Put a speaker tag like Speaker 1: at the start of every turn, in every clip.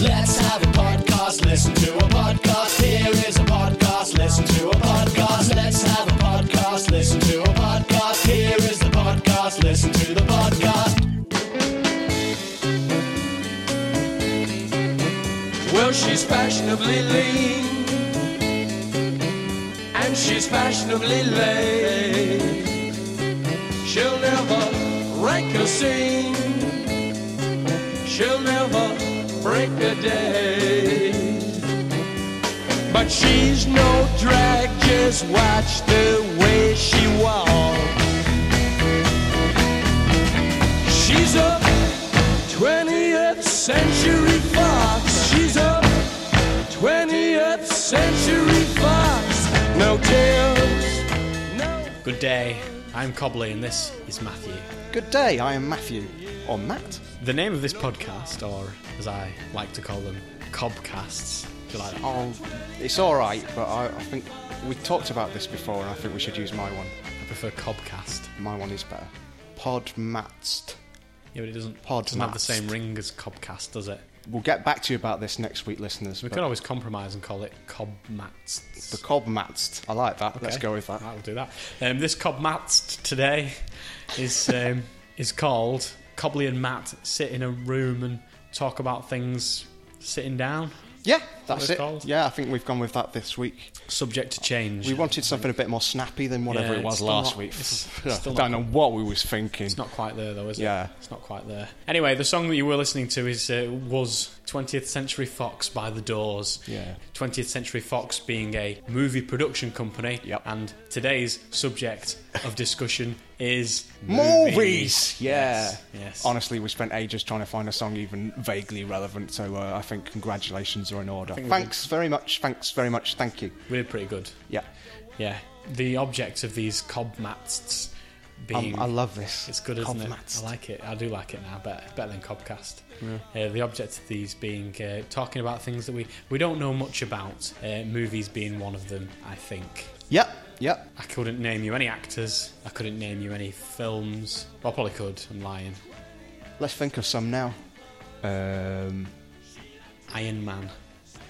Speaker 1: Let's have a podcast, listen to a podcast. Here is a podcast, listen to a podcast. Let's have a podcast, listen to a podcast. Here is the podcast, listen to the podcast.
Speaker 2: Well, she's fashionably lean, and she's fashionably late. She'll never rank a scene, she'll never break a day. But she's no drag, just watch the way she walks. She's a 20th century fox. She's a 20th century fox. No tails. No.
Speaker 3: Good day. I'm Cobley and this is Matthew.
Speaker 4: Good day, I am Matthew, or Matt.
Speaker 3: The name of this podcast, or as I like to call them, Cobcasts. Do you like that?
Speaker 4: Oh, it's all right, but I, I think we talked about this before, and I think we should use my one.
Speaker 3: I prefer Cobcast.
Speaker 4: My one is better. Podmatst.
Speaker 3: Yeah, but it doesn't,
Speaker 4: Pod
Speaker 3: doesn't have the
Speaker 4: mast.
Speaker 3: same ring as Cobcast, does it?
Speaker 4: We'll get back to you about this next week, listeners.
Speaker 3: We
Speaker 4: but
Speaker 3: could always compromise and call it Cobmats.
Speaker 4: the Cobmatst. I like that. Let's go with that.
Speaker 3: I'll do that. Um, this Cobmats today is um, is called Cobley and Matt sit in a room and talk about things sitting down,
Speaker 4: Yeah, that's
Speaker 3: it's
Speaker 4: it.
Speaker 3: called.
Speaker 4: Yeah, I think we've gone with that this week.
Speaker 3: subject to change.
Speaker 4: We wanted something a bit more snappy than whatever
Speaker 3: Yeah,
Speaker 4: it
Speaker 3: it's
Speaker 4: was
Speaker 3: still
Speaker 4: last
Speaker 3: not-
Speaker 4: week.
Speaker 3: it's-
Speaker 4: I
Speaker 3: it's still
Speaker 4: don't
Speaker 3: not-
Speaker 4: know what we was thinking.
Speaker 3: It's not quite there, though, is it?
Speaker 4: Yeah.
Speaker 3: It's not quite there. Anyway, the song that you were listening to is uh, was 20th Century Fox by The Doors.
Speaker 4: Yeah.
Speaker 3: 20th Century Fox being a movie production company.
Speaker 4: Yep.
Speaker 3: And today's subject of discussion is
Speaker 4: Movies! Yeah.
Speaker 3: Yes. yes.
Speaker 4: Honestly, we spent ages trying to find a song even vaguely relevant, so uh, I think congratulations are in order.
Speaker 3: think we
Speaker 4: Thanks very much, thanks very much, thank you.
Speaker 3: Really pretty good.
Speaker 4: Yeah.
Speaker 3: Yeah. The object of these cobmats
Speaker 4: Um,
Speaker 3: being.
Speaker 4: I love this.
Speaker 3: It's good, isn't
Speaker 4: Cobmatz.
Speaker 3: it? I like it. I do like it now, better, better than Cobcast. Uh, the object of these being uh, talking about things that we, we don't know much about, uh, movies being one of them, I think.
Speaker 4: Yep, yep.
Speaker 3: I couldn't name you any actors, I couldn't name you any films. Well, I probably could, I'm lying.
Speaker 4: Let's think of some now. Um,
Speaker 3: Iron Man.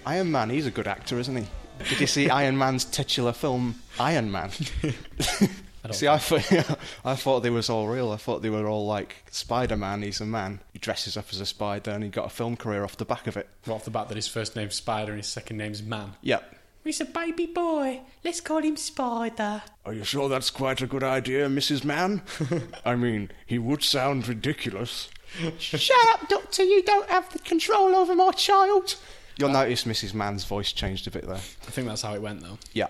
Speaker 4: Iron Man, he's a good actor, isn't he? Did you see Iron Man's titular film, Iron Man?
Speaker 3: I don't
Speaker 4: See, I thought, I thought they was all real. I thought they were all like Spider Man. He's a man. He dresses up as a spider, and he got a film career off the back of it.
Speaker 3: right off the bat that his first name's Spider and his second name's Man.
Speaker 4: Yep.
Speaker 3: He's a baby boy, let's call him Spider.
Speaker 4: Are you sure that's quite a good idea, Mrs. Man? I mean, he would sound ridiculous. Shut up, Doctor. You don't have the control over my child. You'll notice Mrs. Man's voice changed a bit there.
Speaker 3: I think that's how it went though.
Speaker 4: Yeah.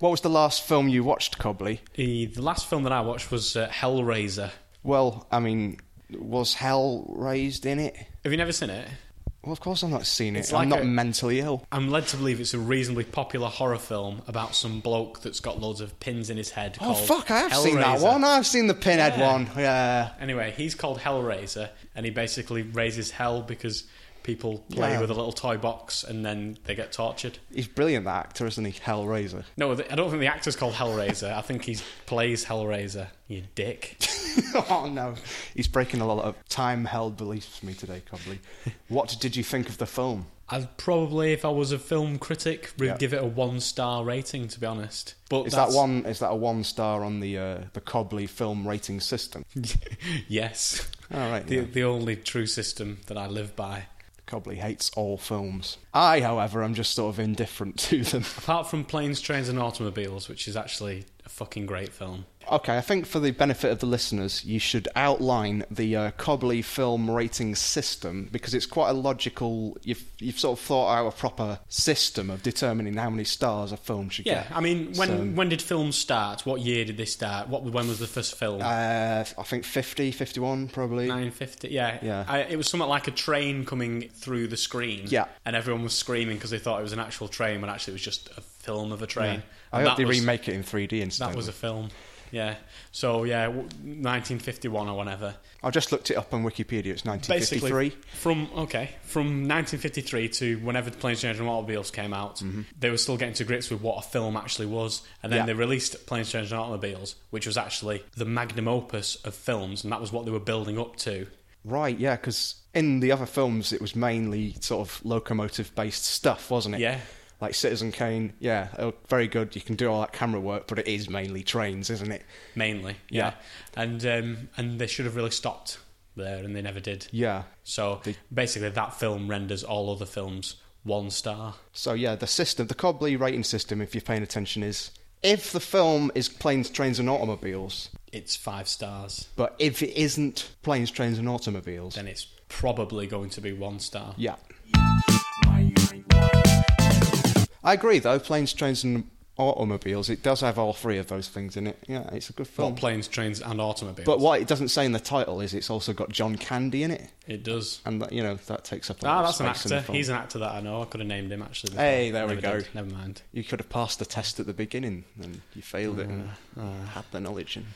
Speaker 4: What was the last film you watched, Cobley?
Speaker 3: The, the last film that I watched was uh, Hellraiser.
Speaker 4: Well, I mean, was hell raised in it?
Speaker 3: Have you never seen it?
Speaker 4: Well, of course I've not seen it.
Speaker 3: It's
Speaker 4: I'm
Speaker 3: like
Speaker 4: not
Speaker 3: a-
Speaker 4: mentally ill.
Speaker 3: I'm led to believe it's a reasonably popular horror film about some bloke that's got loads of pins in his head.
Speaker 4: Oh
Speaker 3: called
Speaker 4: fuck! I have seen that
Speaker 3: Hellraiser.
Speaker 4: one. I've seen the Pinhead
Speaker 3: Yeah.
Speaker 4: one. Yeah.
Speaker 3: Anyway, he's called Hellraiser, and he basically raises hell because people play
Speaker 4: Yeah.
Speaker 3: with a little toy box and then they get tortured.
Speaker 4: He's brilliant, that actor, isn't he? Hellraiser.
Speaker 3: No, th- I don't think the actor's called Hellraiser. I think he plays Hellraiser. You dick.
Speaker 4: oh no, he's breaking a lot of time-held beliefs for me today, Cobley. what did you think of the film?
Speaker 3: I'd probably, if I was a film critic, would
Speaker 4: Yeah.
Speaker 3: give it a one-star rating. To be honest, but
Speaker 4: Is
Speaker 3: that's-
Speaker 4: that one? Is that a one star on the uh, the Cobley film rating system?
Speaker 3: yes.
Speaker 4: All right.
Speaker 3: The,
Speaker 4: yeah.
Speaker 3: the only true system that I live by.
Speaker 4: Cobley hates all films. I, however, am just sort of indifferent to them.
Speaker 3: Apart from Planes, Trains, and Automobiles, which is actually a fucking great film.
Speaker 4: Okay, I think for the benefit of the listeners, you should outline the uh, Cobley film rating system because it's quite a logical. You've you've sort of thought out a proper system of determining how many stars a film should
Speaker 3: Yeah,
Speaker 4: get.
Speaker 3: I mean, when
Speaker 4: So-
Speaker 3: when did films start? What year did they start? What when was the first film?
Speaker 4: Uh, I think 50, 51 probably.
Speaker 3: 950. Yeah,
Speaker 4: Yeah.
Speaker 3: I, it was something like a train coming through the screen.
Speaker 4: Yeah.
Speaker 3: and everyone was screaming because they thought it was an actual train when actually it was just a film of a train.
Speaker 4: I
Speaker 3: And
Speaker 4: hope they
Speaker 3: was,
Speaker 4: remake it in 3D instead.
Speaker 3: That was a film. Yeah. So yeah, w- 1951 or whenever.
Speaker 4: I just looked it up on Wikipedia. It's 1953.
Speaker 3: basically from okay from 1953 to whenever the planes Trains and automobiles came out they were still getting to grips with what a film actually was and then
Speaker 4: Mm-hmm. Yeah.
Speaker 3: they released planes Trains and automobiles which was actually the magnum opus of films and that was what they were building up to
Speaker 4: Right, yeah, because in the other films it was mainly sort of locomotive based stuff, wasn't it?
Speaker 3: Yeah.
Speaker 4: Like Citizen Kane, yeah, oh, very good. You can do all that camera work, but it is mainly trains, isn't it?
Speaker 3: mainly. Yeah, and um, and they should have really stopped there, and they never did.
Speaker 4: Yeah.
Speaker 3: So basically, that film renders all other films one star.
Speaker 4: So yeah, the system, the Cobley rating system, if you're paying attention, is if the film is planes, trains, and automobiles,
Speaker 3: It's five stars.
Speaker 4: but if it isn't planes, trains, and automobiles,
Speaker 3: Then it's probably going to be one star.
Speaker 4: yeah. I agree though. Planes, trains, and automobiles. It does have all three of those things in it. Yeah, it's a good
Speaker 3: Not
Speaker 4: film.
Speaker 3: planes, trains, and automobiles.
Speaker 4: But what it doesn't say in the title is it's also got John Candy in it,
Speaker 3: it does.
Speaker 4: and that, you know that takes up. a lot
Speaker 3: Ah,
Speaker 4: of
Speaker 3: that's an
Speaker 4: space in the
Speaker 3: actor.
Speaker 4: film.
Speaker 3: He's an actor that I know. I could have named him actually.
Speaker 4: Hey, there we
Speaker 3: Never
Speaker 4: go.
Speaker 3: did. Never mind.
Speaker 4: You could have passed the test at the beginning, and you failed it, and had the knowledge. And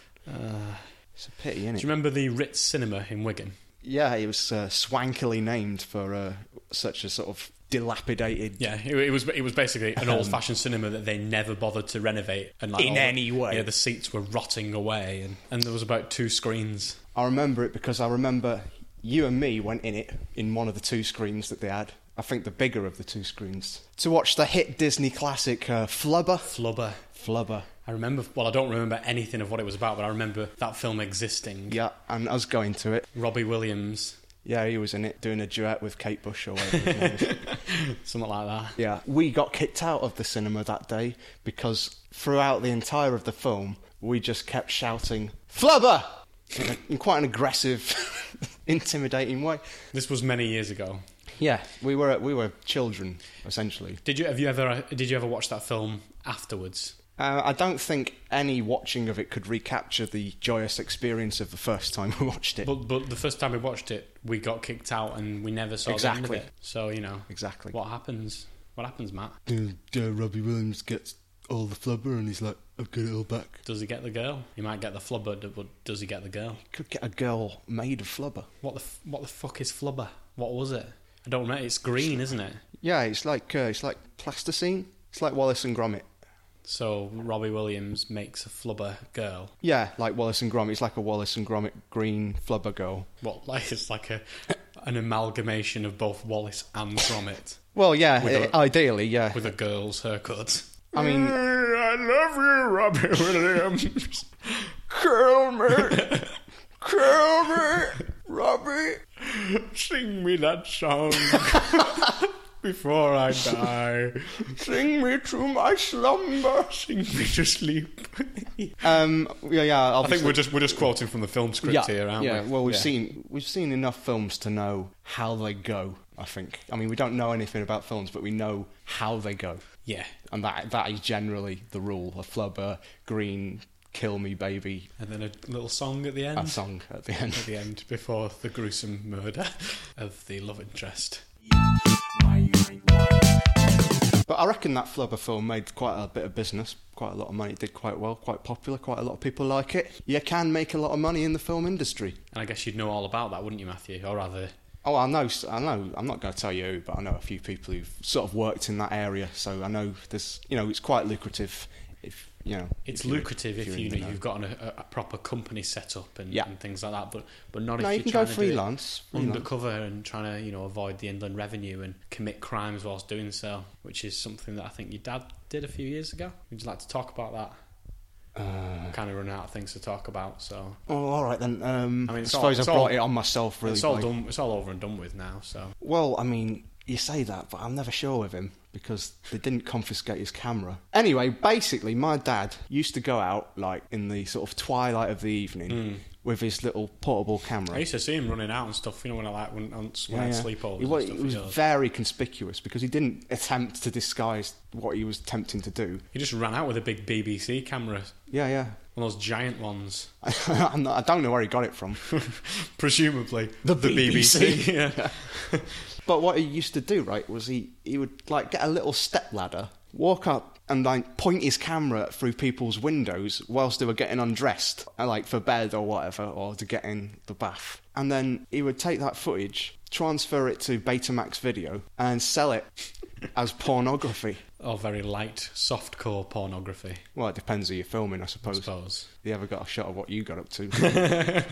Speaker 4: it's a pity, isn't it?
Speaker 3: Uh, Do you remember the Ritz Cinema in Wigan?
Speaker 4: Yeah, it was uh, swankily named for uh, such a sort of dilapidated.
Speaker 3: Yeah, it, it was. It was basically an old-fashioned cinema that they never bothered to renovate. And like
Speaker 4: In
Speaker 3: all the-
Speaker 4: any way.
Speaker 3: yeah, the seats were rotting away, and, and there was about two screens.
Speaker 4: I remember it because I remember you and me went in it in one of the two screens that they had. I think the bigger of the two screens to watch the hit Disney classic uh, Flubber.
Speaker 3: Flubber.
Speaker 4: Flubber.
Speaker 3: I remember. Well, I don't remember anything of what it was about, but I remember that film existing.
Speaker 4: Yeah, and us going to it.
Speaker 3: Robbie Williams,
Speaker 4: Yeah, he was in it doing a duet with Kate Bush or whatever. his name is.
Speaker 3: something like that.
Speaker 4: Yeah, we got kicked out of the cinema that day because throughout the entire of the film, we just kept shouting "Flubber" in, a- in quite an aggressive, intimidating way.
Speaker 3: This was many years ago.
Speaker 4: Yeah, we were we were children essentially.
Speaker 3: Did you have you ever did you ever watch that film afterwards?
Speaker 4: Uh, I don't think any watching of it could recapture the joyous experience of the first time we watched it.
Speaker 3: But but the first time we watched it, we got kicked out and we never saw the
Speaker 4: Exactly.
Speaker 3: end of it. So you know
Speaker 4: Exactly.
Speaker 3: what happens. What happens, Matt?
Speaker 5: uh, Robbie Williams gets all the flubber and he's like, I've got it all back.
Speaker 3: Does he get the girl? He might get the flubber, d- but does he get the girl?
Speaker 4: Could get a girl made of flubber.
Speaker 3: What the f- what the fuck is flubber? What was it? I don't know. It's green, isn't it?
Speaker 4: Yeah, it's like uh, it's like plasticine. It's like Wallace and Gromit.
Speaker 3: So Robbie Williams makes a flubber girl.
Speaker 4: Yeah, like Wallace and Gromit. It's like a Wallace and Gromit green flubber girl.
Speaker 3: What like it's like a an amalgamation of both Wallace and Gromit
Speaker 4: Well, yeah,
Speaker 3: With
Speaker 4: i-
Speaker 3: a-
Speaker 4: ideally, yeah.
Speaker 3: with a girl's haircut.
Speaker 4: I mean,
Speaker 3: I love you, Robbie Williams.
Speaker 4: kill me, kill me, Robbie.
Speaker 3: Sing me that song before I die.
Speaker 4: Sing me to my slumber.
Speaker 3: Sing me to sleep.
Speaker 4: Um, yeah, yeah.
Speaker 3: I think we're just we're just quoting from the film script
Speaker 4: yeah,
Speaker 3: here, aren't
Speaker 4: yeah.
Speaker 3: we?
Speaker 4: Well, we've seen we've seen enough films to know how they go. I think. I mean, we don't know anything about films, but we know how they go,
Speaker 3: Yeah,
Speaker 4: and that that is generally the rule: a flubber, green, kill me, baby,
Speaker 3: and then a little song at the end.
Speaker 4: a song at the end.
Speaker 3: At the end, before the gruesome murder of the love interest.
Speaker 4: But I reckon that Flubber film made quite a bit of business, quite a lot of money. It did quite well, quite popular, quite a lot of people like it. You can make a lot of money in the film industry.
Speaker 3: And I guess you'd know all about that, wouldn't you, Matthew? Or rather,
Speaker 4: Oh, I know, I know, I'm not going to tell you who, but I know a few people who've sort of worked in that area, so I know there's, you know, it's quite lucrative if, you know.
Speaker 3: it's
Speaker 4: if you're-
Speaker 3: lucrative if,
Speaker 4: you're
Speaker 3: you
Speaker 4: in
Speaker 3: know
Speaker 4: the know.
Speaker 3: you've got an, a, a proper company set up and,
Speaker 4: Yeah.
Speaker 3: and things like that. But but not
Speaker 4: No,
Speaker 3: if
Speaker 4: you
Speaker 3: you're
Speaker 4: can go
Speaker 3: trying to do it
Speaker 4: freelance. freelance.
Speaker 3: undercover and trying to you know avoid the inland revenue and commit crimes whilst doing so, which is something that I think your dad did a few years ago. Would you like to talk about that?
Speaker 4: Uh,
Speaker 3: I'm kind of running out of things to talk about, so
Speaker 4: Oh, all right then. Um, I,
Speaker 3: I mean, it's all-
Speaker 4: suppose
Speaker 3: it's
Speaker 4: I
Speaker 3: all-
Speaker 4: brought it on myself, really.
Speaker 3: it's all
Speaker 4: by-
Speaker 3: done. It's all over and done with now. So
Speaker 4: Well, I mean, you say that, but I'm never sure with him because they didn't confiscate his camera. Anyway, basically, my dad used to go out like in the sort of twilight of the evening with his little portable
Speaker 3: Hmm. I
Speaker 4: camera.
Speaker 3: used to see him running out and stuff. You know when I like when, when
Speaker 4: Yeah,
Speaker 3: I
Speaker 4: yeah.
Speaker 3: sleep over.
Speaker 4: He wa-
Speaker 3: stuff,
Speaker 4: it was
Speaker 3: he, does.
Speaker 4: very conspicuous because he didn't attempt to disguise what he was attempting to do.
Speaker 3: He just ran out with a big BBC camera,
Speaker 4: Yeah, yeah.
Speaker 3: one of those giant ones,
Speaker 4: I'm not, I don't know where he got it from.
Speaker 3: presumably
Speaker 4: The BBC.
Speaker 3: yeah.
Speaker 4: But what he used to do, right, was he, he would like get a little step ladder, walk up and like point his camera through people's windows whilst they were getting undressed, uh, like for bed or whatever, or to get in the bath. And then he would take that footage, transfer it to Betamax video, and sell it as pornography.
Speaker 3: or very light softcore pornography.
Speaker 4: Well, it depends who you're filming, I
Speaker 3: I
Speaker 4: suppose.
Speaker 3: suppose.
Speaker 4: You ever got a shot of what you got up to?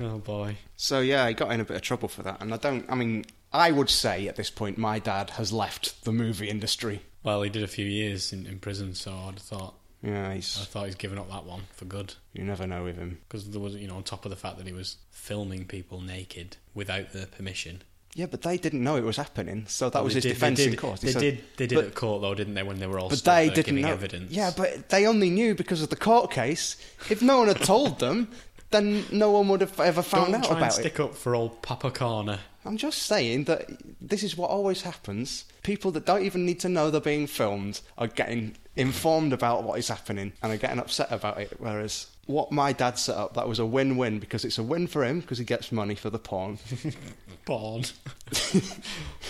Speaker 3: Oh boy.
Speaker 4: So yeah, he got in a bit of trouble for that, and I don't. I mean, I would say at this point, my dad has left the movie industry.
Speaker 3: Well, he did a few years in, in prison, so I'd have thought
Speaker 4: Yeah,
Speaker 3: I
Speaker 4: he's.
Speaker 3: thought he's given up that one for good
Speaker 4: You never know with him.
Speaker 3: because there was you know on top of the fact that he was filming people naked without their permission.
Speaker 4: Yeah, but they didn't know it was happening, so that
Speaker 3: Well,
Speaker 4: was
Speaker 3: they
Speaker 4: his
Speaker 3: did- they
Speaker 4: defence
Speaker 3: did-
Speaker 4: in court. He
Speaker 3: They
Speaker 4: said-
Speaker 3: did. They did
Speaker 4: but-
Speaker 3: at court though, didn't they? When they were all
Speaker 4: But
Speaker 3: stood
Speaker 4: they
Speaker 3: there
Speaker 4: didn't
Speaker 3: giving
Speaker 4: know.
Speaker 3: evidence.
Speaker 4: Yeah, but they only knew because of the court case. If no one had told them, then no one would have ever
Speaker 3: don't
Speaker 4: found out
Speaker 3: try and
Speaker 4: about it.
Speaker 3: stick up for old Papa Corner.
Speaker 4: I'm just saying that this is what always happens. People that don't even need to know they're being filmed are getting informed about what is happening and are getting upset about it. Whereas what my dad set up, that was a win win because it's a win for him because he gets money for the porn.
Speaker 3: Born.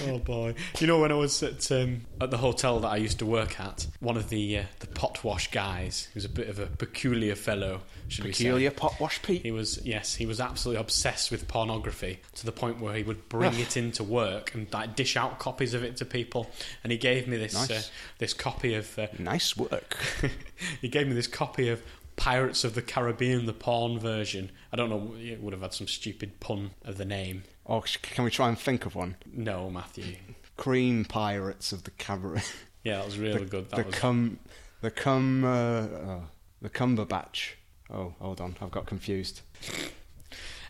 Speaker 3: oh boy! You know when I was at um, at the hotel that I used to work at, one of the uh, the pot wash guys, who was a bit of a peculiar fellow, should
Speaker 4: Peculiar
Speaker 3: we say?
Speaker 4: pot wash Pete.
Speaker 3: He was yes, he was absolutely obsessed with pornography to the point where he would bring it into work and like, dish out copies of it to people. And he gave me this uh,
Speaker 4: Nice.
Speaker 3: this copy of uh,
Speaker 4: Nice work.
Speaker 3: he gave me this copy of Pirates of the Caribbean, the porn version. I don't know, it would have had some stupid pun of the name.
Speaker 4: Or Oh, sh- can we try and think of one?
Speaker 3: No, Matthew.
Speaker 4: Cream Pirates of the Cabaret.
Speaker 3: Yeah, that was really good. That
Speaker 4: the
Speaker 3: was
Speaker 4: cum, the cum, uh, oh, the Cumberbatch. Oh, hold on, I've got confused.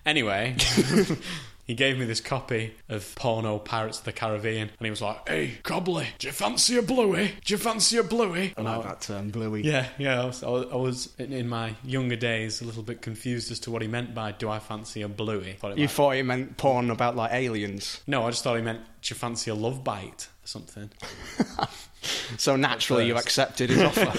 Speaker 3: anyway. He gave me this copy of Porno Pirates of the Caribbean, and he was like, "Hey, Cobbly, do you fancy a bluey? Do you fancy a bluey?"
Speaker 4: I
Speaker 3: And I-
Speaker 4: like that term, Bluey.
Speaker 3: Yeah, yeah. I was, I was- I was in, in my younger days a little bit confused as to what he meant by "Do I fancy a bluey?" Thought it
Speaker 4: You
Speaker 3: might-
Speaker 4: thought it meant porn about like aliens.
Speaker 3: no, I just thought he meant "Do you fancy a love bite?" or something.
Speaker 4: So naturally, you
Speaker 3: first.
Speaker 4: accepted his offer.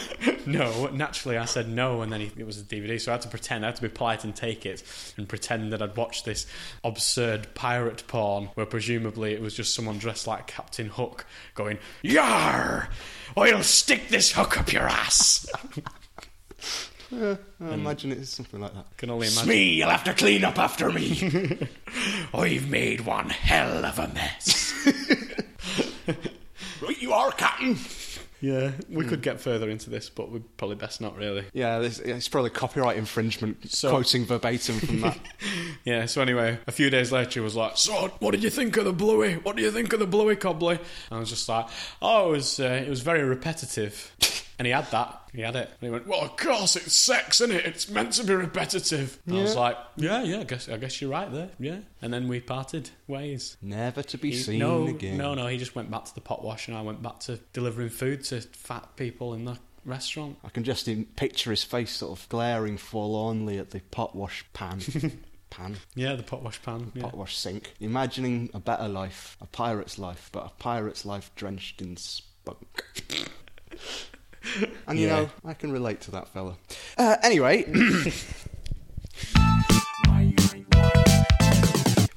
Speaker 3: no, naturally I said no, and then he, it was a DVD, so I had to pretend, I had to be polite and take it and pretend that I'd watched this absurd pirate porn where presumably it was just someone dressed like Captain Hook going, Yar! Or you'll stick this hook up your ass!
Speaker 4: I imagine it's something like that.
Speaker 3: Can only imagine.
Speaker 2: Smee, you'll have to clean up after me. I've made one hell of a mess. right, you are, Captain.
Speaker 3: Yeah, we could get further into this, but we're probably best not really.
Speaker 4: Yeah, this, it's probably copyright infringement.
Speaker 3: So-
Speaker 4: quoting verbatim from that.
Speaker 3: Yeah, so anyway, a few days later, he was like, So, what did you think of the Bluey? What do you think of the Bluey Cobbly? And I was just like, Oh, it was, uh, it was very repetitive. And he had that. He had it. And he went, Well, of course, it's sex, isn't it? It's meant to be repetitive. And I was like, Yeah, yeah, I guess, I guess you're right there. Yeah. And then we parted ways.
Speaker 4: Never to be
Speaker 3: He-
Speaker 4: seen
Speaker 3: no,
Speaker 4: again.
Speaker 3: no, no. He just went back to the pot wash, and I went back to delivering food to fat people in the restaurant.
Speaker 4: I can just in- picture his face sort of glaring forlornly at the pot wash pan. pan?
Speaker 3: Yeah, the pot wash pan. Yeah.
Speaker 4: Pot wash sink. Imagining a better life, a pirate's life, but a pirate's life drenched in spunk. And you
Speaker 3: Yeah.
Speaker 4: know, I can relate to that fella. Uh, anyway,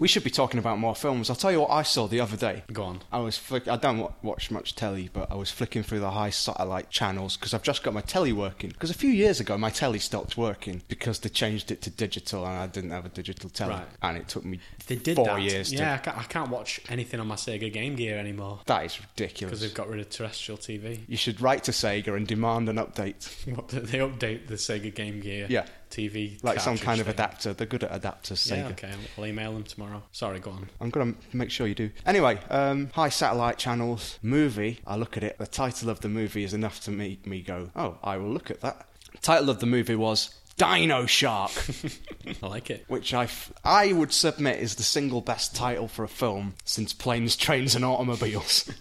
Speaker 4: we should be talking about more films. I'll tell you what I saw the other day.
Speaker 3: Go on.
Speaker 4: I was flick- I don't wa- watch much telly, but I was flicking through the high satellite channels because I've just got my telly working. Because a few years ago, my telly stopped working because they changed it to digital, and I didn't have a digital telly,
Speaker 3: Right.
Speaker 4: and it took me
Speaker 3: They did
Speaker 4: four
Speaker 3: that.
Speaker 4: years.
Speaker 3: Yeah,
Speaker 4: to...
Speaker 3: I, can't, I can't watch anything on my Sega Game Gear anymore
Speaker 4: that is
Speaker 3: because
Speaker 4: ridiculous.
Speaker 3: they've got rid of terrestrial TV.
Speaker 4: You should write to Sega and demand an update,
Speaker 3: What, they update the Sega Game Gear
Speaker 4: Yeah.
Speaker 3: TV
Speaker 4: like some
Speaker 3: cartridge
Speaker 4: kind of
Speaker 3: thing.
Speaker 4: adapter. They're good at adapters, Sega.
Speaker 3: Yeah, okay, I'll- I'll email them tomorrow. Sorry, go on.
Speaker 4: I'm gonna make sure you do. Anyway, um, high satellite channels movie. I look at it. The title of the movie is enough to make me go, "Oh, I will look at that." Title of the movie was Dino Shark,
Speaker 3: I like it.
Speaker 4: which I, f- I would submit is the single best title for a film since Planes, Trains, and Automobiles.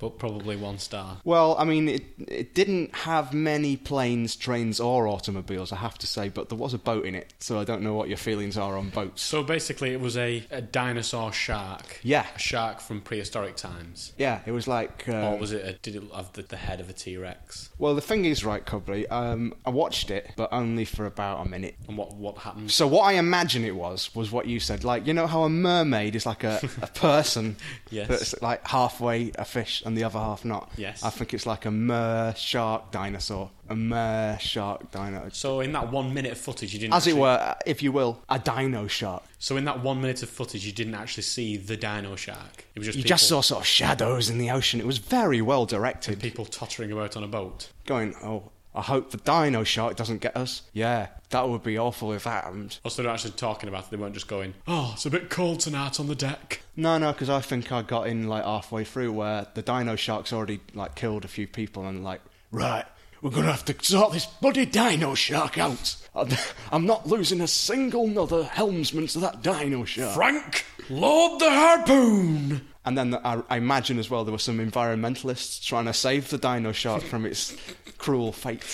Speaker 3: But probably one star.
Speaker 4: well, I mean, it it didn't have many planes, trains, or automobiles, I have to say, but there was a boat in it, so I don't know what your feelings are on boats.
Speaker 3: So basically, it was a, a dinosaur shark.
Speaker 4: Yeah.
Speaker 3: A shark from prehistoric times.
Speaker 4: Yeah, it was like. Uh,
Speaker 3: Or was it a, did it have the, the head of a T Rex?
Speaker 4: Well, the thing is, right, Cobley, um, I watched it, but only for about a minute.
Speaker 3: And what, what happened?
Speaker 4: So what I imagine it was was what you said. Like you know how a mermaid is like a, a person
Speaker 3: Yes.
Speaker 4: that's like halfway a fish and the other half not.
Speaker 3: Yes.
Speaker 4: I think it's like a mer shark dinosaur, a mer shark dino,
Speaker 3: So in that one minute of footage, you didn't.
Speaker 4: as it
Speaker 3: actually-
Speaker 4: were, if you will, a dino shark.
Speaker 3: So in that one minute of footage, you didn't actually see the dino shark. It was just
Speaker 4: You
Speaker 3: people,
Speaker 4: just saw sort of shadows in the ocean. It was very well directed.
Speaker 3: people tottering about on a boat.
Speaker 4: Going, oh, I hope the Dino Shark doesn't get us. Yeah, that would be awful if that happened.
Speaker 3: Also, Oh, they're actually talking about it. They weren't just going, oh, it's a bit cold tonight on the deck.
Speaker 4: No, no, because I think I got in like halfway through where the Dino Shark's already like killed a few people and like, right, we're gonna have to sort this bloody Dino Shark out. I'm- I'm not losing a single another helmsman to that Dino Shark.
Speaker 3: Frank, load the harpoon!
Speaker 4: And then I, I imagine as well there were some environmentalists trying to save the dino shark from its cruel fate.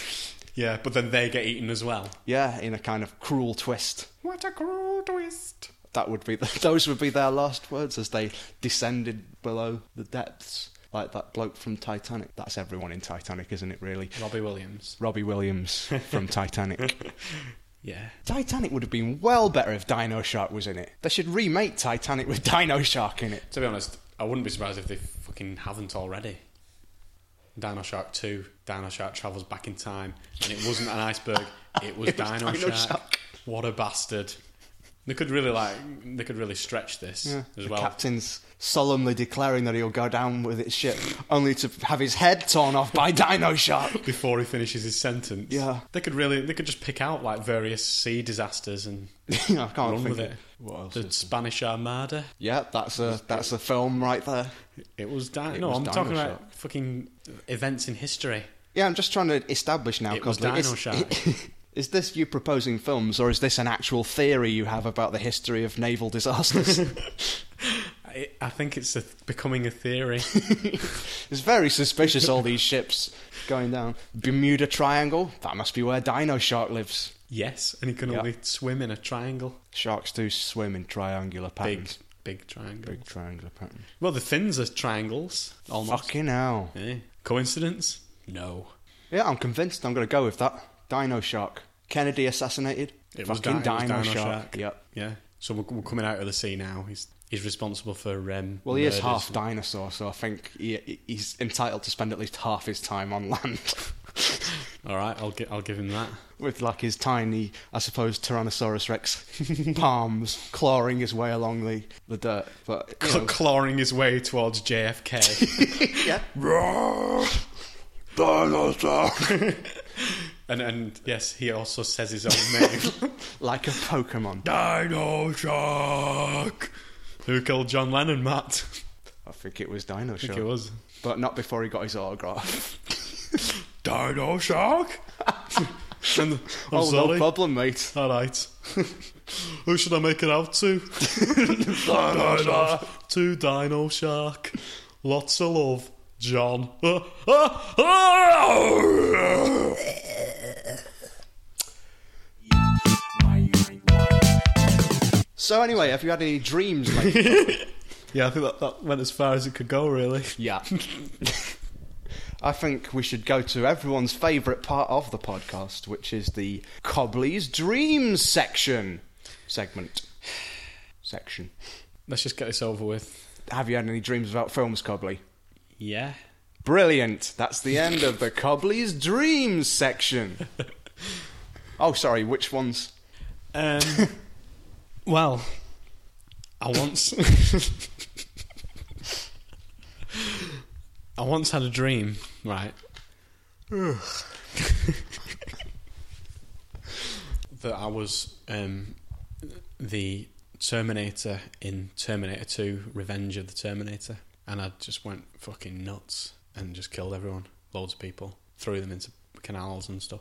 Speaker 3: Yeah, but then they get eaten as well.
Speaker 4: Yeah, in a kind of cruel twist.
Speaker 3: What a cruel twist.
Speaker 4: That would be those would be their last words as they descended below the depths, like that bloke from Titanic. That's everyone in Titanic, isn't it? Really,
Speaker 3: Robbie Williams.
Speaker 4: Robbie Williams from Titanic.
Speaker 3: Yeah.
Speaker 4: Titanic would have been well better if Dino Shark was in it. They should remake Titanic with Dino Shark in it.
Speaker 3: To be honest, I wouldn't be surprised if they fucking haven't already. Dino Shark 2, Dino Shark travels back in time, and it wasn't an iceberg, it was,
Speaker 4: It was
Speaker 3: Dino,
Speaker 4: Dino
Speaker 3: Shark.
Speaker 4: Shark.
Speaker 3: What a bastard. They could really like they could really stretch this as
Speaker 4: the
Speaker 3: well.
Speaker 4: captain's solemnly declaring that he'll go down with his ship, only to have his head torn off by Dino Shark.
Speaker 3: before he finishes his sentence.
Speaker 4: Yeah.
Speaker 3: They could really they could just pick out like various sea disasters and
Speaker 4: I can't
Speaker 3: run
Speaker 4: think
Speaker 3: with
Speaker 4: of-
Speaker 3: it.
Speaker 4: What else?
Speaker 3: The Spanish Armada.
Speaker 4: yeah, that's a that's a film right there.
Speaker 3: It was Dino.
Speaker 4: It
Speaker 3: No,
Speaker 4: was
Speaker 3: I'm
Speaker 4: Dino
Speaker 3: talking about
Speaker 4: Shark.
Speaker 3: fucking events in history.
Speaker 4: Yeah, I'm just trying to establish now.
Speaker 3: It was
Speaker 4: Copley,
Speaker 3: Dino
Speaker 4: is-
Speaker 3: Shark.
Speaker 4: Is this you proposing films, or is this an actual theory you have about the history of naval disasters?
Speaker 3: I, I think it's a, becoming a theory.
Speaker 4: it's very suspicious. All these ships going down Bermuda Triangle. That must be where Dino Shark lives.
Speaker 3: yes, and he can
Speaker 4: Yeah.
Speaker 3: only swim in a triangle.
Speaker 4: Sharks do swim in triangular
Speaker 3: Big,
Speaker 4: patterns.
Speaker 3: big triangle.
Speaker 4: Big triangular patterns.
Speaker 3: Well, the fins are triangles. Almost.
Speaker 4: Fucking hell.
Speaker 3: Eh. Coincidence? No.
Speaker 4: Yeah, I'm convinced. I'm going to go with that. Dino Shark. Kennedy assassinated.
Speaker 3: It was
Speaker 4: Fucking
Speaker 3: Di- it was
Speaker 4: Dino,
Speaker 3: Dino
Speaker 4: Shark.
Speaker 3: Shark.
Speaker 4: Yep.
Speaker 3: Yeah. So we're, we're coming out of the sea now. He's he's responsible for. Um,
Speaker 4: Well, he
Speaker 3: murders.
Speaker 4: is half dinosaur, so I think he, he's entitled to spend at least half his time on land.
Speaker 3: All right, I'll gi- I'll give him that.
Speaker 4: With like his tiny, I suppose, Tyrannosaurus Rex palms clawing his way along the, the dirt. But you
Speaker 3: Cl-
Speaker 4: know,
Speaker 3: clawing his way towards JFK. and and yes, he also says his own name.
Speaker 4: like a Pokemon.
Speaker 3: Dino Shark. Who killed John Lennon, Matt?
Speaker 4: I think it was Dino
Speaker 3: I
Speaker 4: Shark,
Speaker 3: think it was.
Speaker 4: but not before he got his autograph.
Speaker 3: Dino Shark? and, I'm
Speaker 4: oh, no
Speaker 3: sorry.
Speaker 4: problem, mate.
Speaker 3: All right. Who should I make it out to? Dino Shark. To Dino Shark. Lots of love, John.
Speaker 4: So anyway, have you had any dreams, mate?
Speaker 3: yeah, I think that, that went as far as it could go, really.
Speaker 4: Yeah. I think we should go to everyone's favourite part of the podcast, which is the Cobley's Dreams section. Segment. Section.
Speaker 3: Let's just get this over with.
Speaker 4: Have you had any dreams about films, Cobley?
Speaker 3: Yeah.
Speaker 4: Brilliant. That's the end of the Cobley's Dreams section. Oh, sorry, which ones?
Speaker 3: Um, well, I once. I once had a dream, right? that I was um, the Terminator in Terminator 2 Revenge of the Terminator. And I just went fucking nuts and just killed everyone. Loads of people. Threw them into canals and stuff.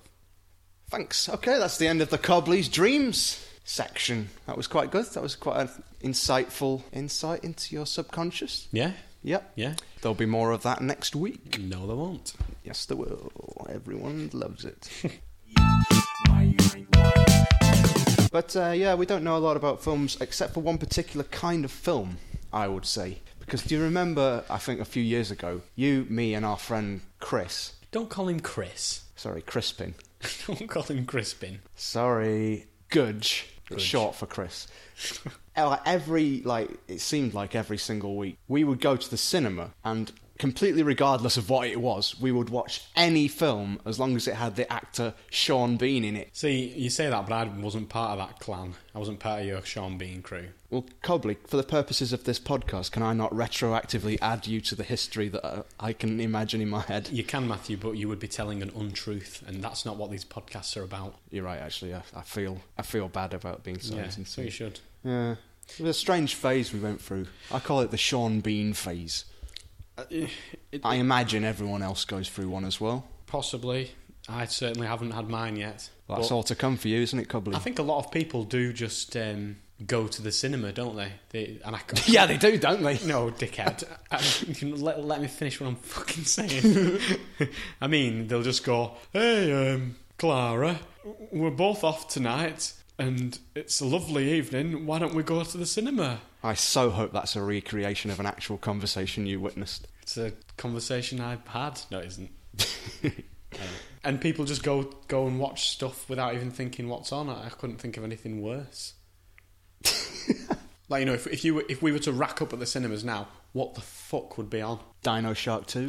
Speaker 4: Thanks. Okay, that's the end of the Cobley's Dreams section. That was quite good. That was quite an insightful insight into your subconscious.
Speaker 3: Yeah?
Speaker 4: Yep.
Speaker 3: Yeah?
Speaker 4: There'll be more of that next week.
Speaker 3: No, they won't.
Speaker 4: Yes, there will. Everyone loves it. but uh, yeah, we don't know a lot about films except for one particular kind of film, I would say. Because do you remember, I think a few years ago, you, me, and our friend Chris,
Speaker 3: Don't call him Chris.
Speaker 4: sorry, Crispin,
Speaker 3: Don't call him Crispin.
Speaker 4: sorry, Gudge, it's short for Chris. Uh, like, every like it seemed like every single week we would go to the cinema and completely regardless of what it was, we would watch any film as long as it had the actor Sean Bean in it.
Speaker 3: See, you say that, but I wasn't part of that clan. I wasn't part of your Sean Bean crew.
Speaker 4: Well, Cobley, for the purposes of this podcast, can I not retroactively add you to the history that uh, I can imagine in my head?
Speaker 3: You can, Matthew, but you would be telling an untruth, and that's not what these podcasts are about.
Speaker 4: You're right, actually. I, I feel I feel bad about being so
Speaker 3: yeah, so you
Speaker 4: insincere.
Speaker 3: should.
Speaker 4: Yeah, it was a strange phase we went through. I call it the Sean Bean phase. Uh, I imagine everyone else goes through one as well.
Speaker 3: Possibly. I certainly haven't had mine yet.
Speaker 4: That's
Speaker 3: But
Speaker 4: all to come for you, isn't it, Cobley?
Speaker 3: I think a lot of people do just um, go to the cinema, don't they? they and I,
Speaker 4: yeah, they do, don't they?
Speaker 3: No, dickhead. I- let, let me finish what I'm fucking saying. I mean, they'll just go, hey, um, Clara, we're both off tonight and it's a lovely evening. Why don't we go to the cinema?
Speaker 4: I so hope that's a recreation of an actual conversation you witnessed.
Speaker 3: It's a conversation I've had. No, it isn't. Um, and people just go go and watch stuff without even thinking what's on. I, I couldn't think of anything worse. like you know, if if you were, if we were to rack up at the cinemas now, what the fuck would be on?
Speaker 4: Dino Shark 2?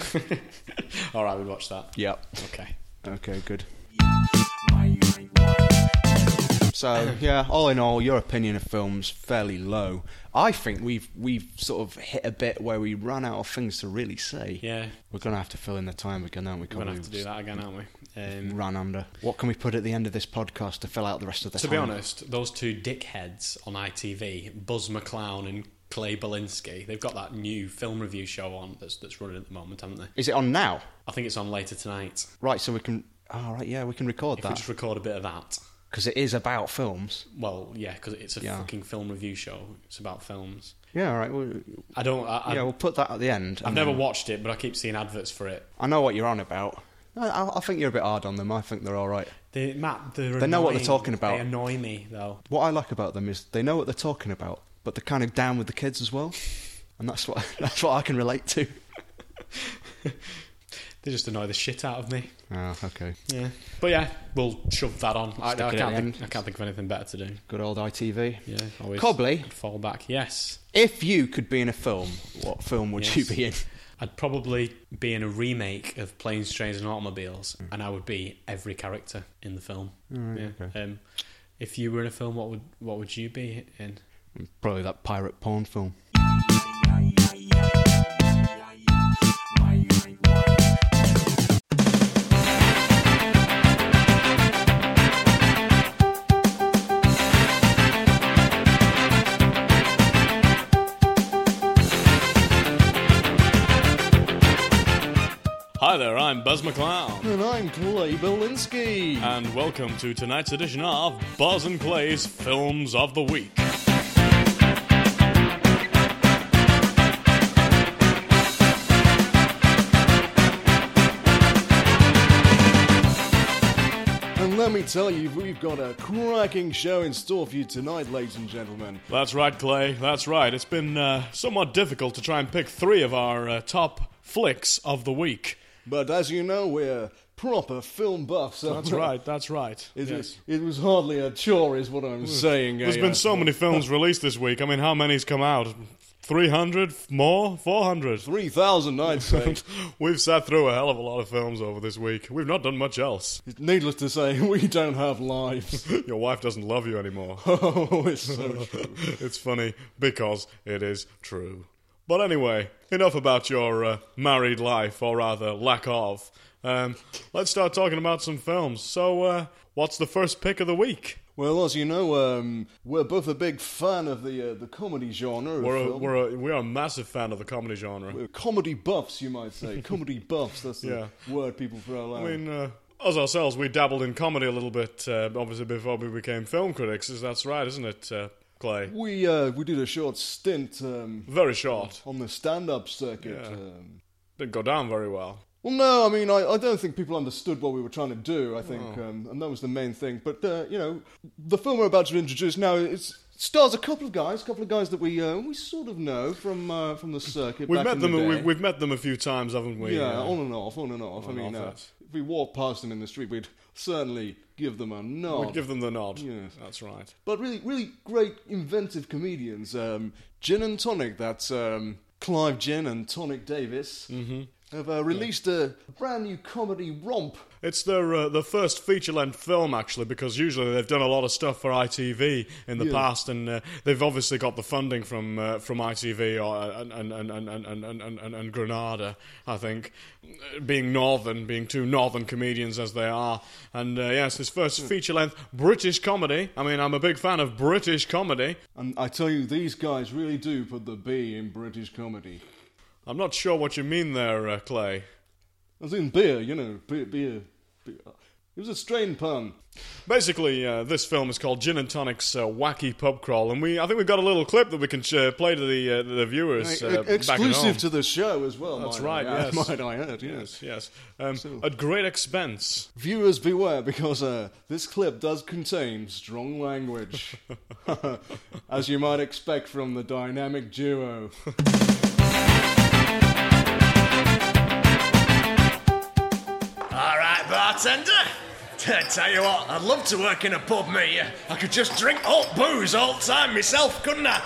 Speaker 3: All right, we'd watch that.
Speaker 4: yep.
Speaker 3: Okay.
Speaker 4: Okay, good. So yeah, all in all, your opinion of films fairly low. I think we've we've sort of hit a bit where we ran out of things to really say.
Speaker 3: Yeah,
Speaker 4: We're gonna have to fill in the time again, aren't we?
Speaker 3: we're gonna have to do that again, aren't we? Um,
Speaker 4: Ran under. What can we put at the end of this podcast to fill out the rest of the
Speaker 3: to
Speaker 4: time?
Speaker 3: be honest, those two dickheads on ITV, Buzz McClown and Clay Belinsky, they've got that new film review show on that's that's running at the moment, haven't they?
Speaker 4: is it on now?
Speaker 3: I think it's on later tonight.
Speaker 4: Right, so we can. All right, yeah, we can record
Speaker 3: If we
Speaker 4: that
Speaker 3: just record a bit of that.
Speaker 4: because it is about films.
Speaker 3: Well, yeah, because it's a
Speaker 4: Yeah.
Speaker 3: fucking film review show. It's about films.
Speaker 4: Yeah, all right. Well,
Speaker 3: I don't. I, I,
Speaker 4: yeah, we'll put that at the end.
Speaker 3: I've
Speaker 4: and
Speaker 3: never
Speaker 4: then-
Speaker 3: watched it, but I keep seeing adverts for it.
Speaker 4: I know what you're on about. I- I, I think you're a bit hard on them. I think they're all right.
Speaker 3: They, Matt, they're
Speaker 4: They know what
Speaker 3: annoying.
Speaker 4: they're talking about.
Speaker 3: They annoy me though.
Speaker 4: What I like about them is they know what they're talking about, but they're kind of down with the kids as well, and that's what that's what I can relate to.
Speaker 3: They just annoy the shit out of me.
Speaker 4: Oh, okay.
Speaker 3: Yeah, but yeah, we'll shove that on. I, I can't
Speaker 4: Stick it at the
Speaker 3: think.
Speaker 4: end.
Speaker 3: I can't think of anything better to do.
Speaker 4: Good old ITV.
Speaker 3: Yeah, always
Speaker 4: Cobley,
Speaker 3: fall back. Yes,
Speaker 4: if you could be in a film, what film would you
Speaker 3: Yes.
Speaker 4: be in?
Speaker 3: I'd probably be in a remake of Planes, Trains, and Automobiles, and I would be every character in the film. yeah. Um, if you were in a film, what would what would you be in?
Speaker 4: Probably that pirate porn film.
Speaker 6: Hi there, I'm Buzz McClown,
Speaker 4: And I'm Clay Belinsky.
Speaker 3: Uh.
Speaker 6: and welcome to tonight's edition of Buzz and Clay's Films of the Week.
Speaker 5: And let me tell you, we've got a cracking show in store for you tonight, ladies and gentlemen.
Speaker 6: That's right, Clay, that's right. It's been uh, somewhat difficult to try and pick three of our uh, top flicks of the week.
Speaker 5: But as you know, we're proper film buffs.
Speaker 6: That's right, that's right.
Speaker 5: It,
Speaker 6: Yes.
Speaker 5: it was hardly a chore, is what I'm saying.
Speaker 6: There's
Speaker 5: eh,
Speaker 6: been
Speaker 5: uh,
Speaker 6: so many films released this week. I mean, how many's come out? 300? More? 400?
Speaker 5: 3,000, I'd say.
Speaker 6: We've sat through a hell of a lot of films over this week. We've not done much else.
Speaker 5: Needless to say, we don't have lives.
Speaker 6: Your wife doesn't love you anymore.
Speaker 5: oh, it's so true.
Speaker 6: it's funny because it is true. But anyway, enough about your uh, married life, or rather lack of. Um, let's start talking about some films. So, uh, what's the first pick of the week?
Speaker 5: Well, as you know, um, we're both a big fan of the uh, the comedy genre. of
Speaker 6: We're a,
Speaker 5: film.
Speaker 6: we're a, we are a massive fan of the comedy genre.
Speaker 5: We're comedy buffs, you might say. comedy buffs, that's the
Speaker 6: Yeah.
Speaker 5: word people throw out.
Speaker 6: I mean, uh, us ourselves, we dabbled in comedy a little bit, uh, obviously, before we became film critics. Is That's right, isn't it, uh, Clay?
Speaker 5: we, uh, we did a short stint um,
Speaker 6: Very short.
Speaker 5: on the stand up circuit.
Speaker 6: Yeah.
Speaker 5: Um,
Speaker 6: Didn't go down very well.
Speaker 5: well, no, I mean, I, I don't think people understood what we were trying to do, I think,
Speaker 6: Oh.
Speaker 5: um, and that was the main thing. But, uh, you know, the film we're about to introduce now it's, stars a couple of guys, a couple of guys that we uh, we sort of know from uh, from the circuit.
Speaker 6: We've
Speaker 5: back
Speaker 6: met
Speaker 5: in
Speaker 6: them.
Speaker 5: the
Speaker 6: we,
Speaker 5: day.
Speaker 6: we've met them a few times, haven't we?
Speaker 5: Yeah,
Speaker 6: Uh,
Speaker 5: on and off, on and off.
Speaker 6: on
Speaker 5: I
Speaker 6: and
Speaker 5: mean,
Speaker 6: off,
Speaker 5: uh,
Speaker 6: yes.
Speaker 5: if we walked past them in the street, we'd certainly give them a nod.
Speaker 6: we give them the nod.
Speaker 5: Yes.
Speaker 6: That's right.
Speaker 5: But really, really great inventive comedians. Um, gin and tonic. That's um,
Speaker 4: Clive Ginn and Tonic Davis
Speaker 6: Mm-hmm.
Speaker 4: have uh, released a brand new comedy romp.
Speaker 6: It's their uh, the first feature length film actually, because usually they've done a lot of stuff for ITV in the
Speaker 4: Yeah.
Speaker 6: past, and uh, they've obviously got the funding from uh, from ITV or, uh, and, and, and, and, and, and, and, and, and Granada, I think, uh, being northern, being two northern comedians as they are, and uh, yes, this first feature length British comedy. I mean, I'm a big fan of British comedy.
Speaker 4: And I tell you, these guys really do put the B in British comedy.
Speaker 6: I'm not sure what you mean there, uh, Clay.
Speaker 4: As in beer, you know, beer, beer. beer. uh, It was a strain pun.
Speaker 6: Basically, uh, this film is called Gin and Tonic's uh, Wacky Pub Crawl, and we I think we've got a little clip that we can uh, play to the uh, the viewers.
Speaker 4: E-
Speaker 6: Uh, back at home.
Speaker 4: exclusive to the show as well.
Speaker 6: That's
Speaker 4: might
Speaker 6: right,
Speaker 4: I, add-
Speaker 6: yes.
Speaker 4: Might I add, yes.
Speaker 6: yes, yes, um, at great expense.
Speaker 4: Viewers beware because uh, this clip does contain strong language, as you might expect from the dynamic duo.
Speaker 2: All right, bartender. I tell you what, I'd love to work in a pub, me. I could just drink all booze all the time myself, couldn't I?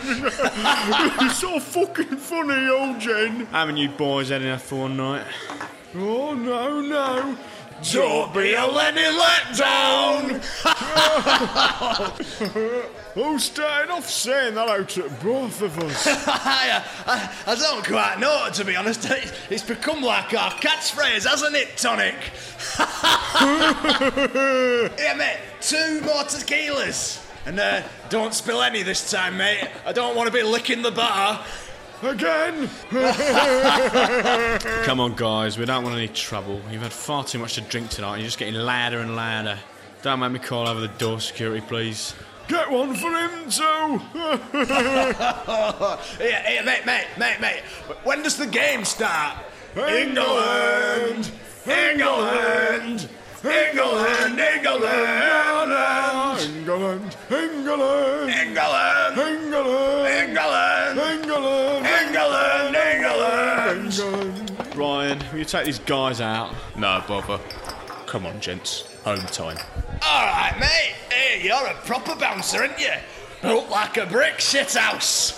Speaker 6: It's so fucking funny, old Jen. Haven't you boys had enough for one night? Oh no, no.
Speaker 2: Don't be a Lenny letdown.
Speaker 6: Oh, starting off saying that out to both of us.
Speaker 2: I, I, I don't quite know, to be honest. It- It's become like our catchphrase, hasn't it, Tonic? Here, mate, two more tequilas. And uh, don't spill any this time, mate. I don't want to be licking the bar.
Speaker 6: Again. Come on, guys. We don't want any trouble. You've had far too much to drink tonight. You're just getting louder and louder. Don't make me call over the door security, please. Get one for him too.
Speaker 2: Here, here, mate, mate, mate, mate. When does the game start? England!
Speaker 6: England!
Speaker 2: England! England!
Speaker 6: England, England,
Speaker 2: England!
Speaker 6: England,
Speaker 2: England!
Speaker 6: England,
Speaker 2: England! England!
Speaker 6: England. Ryan, will you take these guys out?
Speaker 2: No bother. Come on, gents. Home time. All right, mate. Hey, you're a proper bouncer, aren't you? Built like a brick shithouse.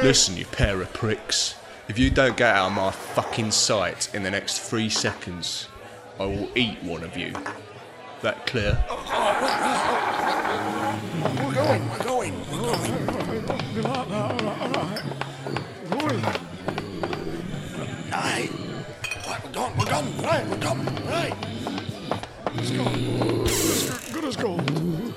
Speaker 2: Listen, you pair of pricks. If you don't get out of my fucking sight in the next three seconds, I will eat one of you. That clear? Aye. Right, we're gone, we're gone, right, we're gone, right.
Speaker 6: Good as gold.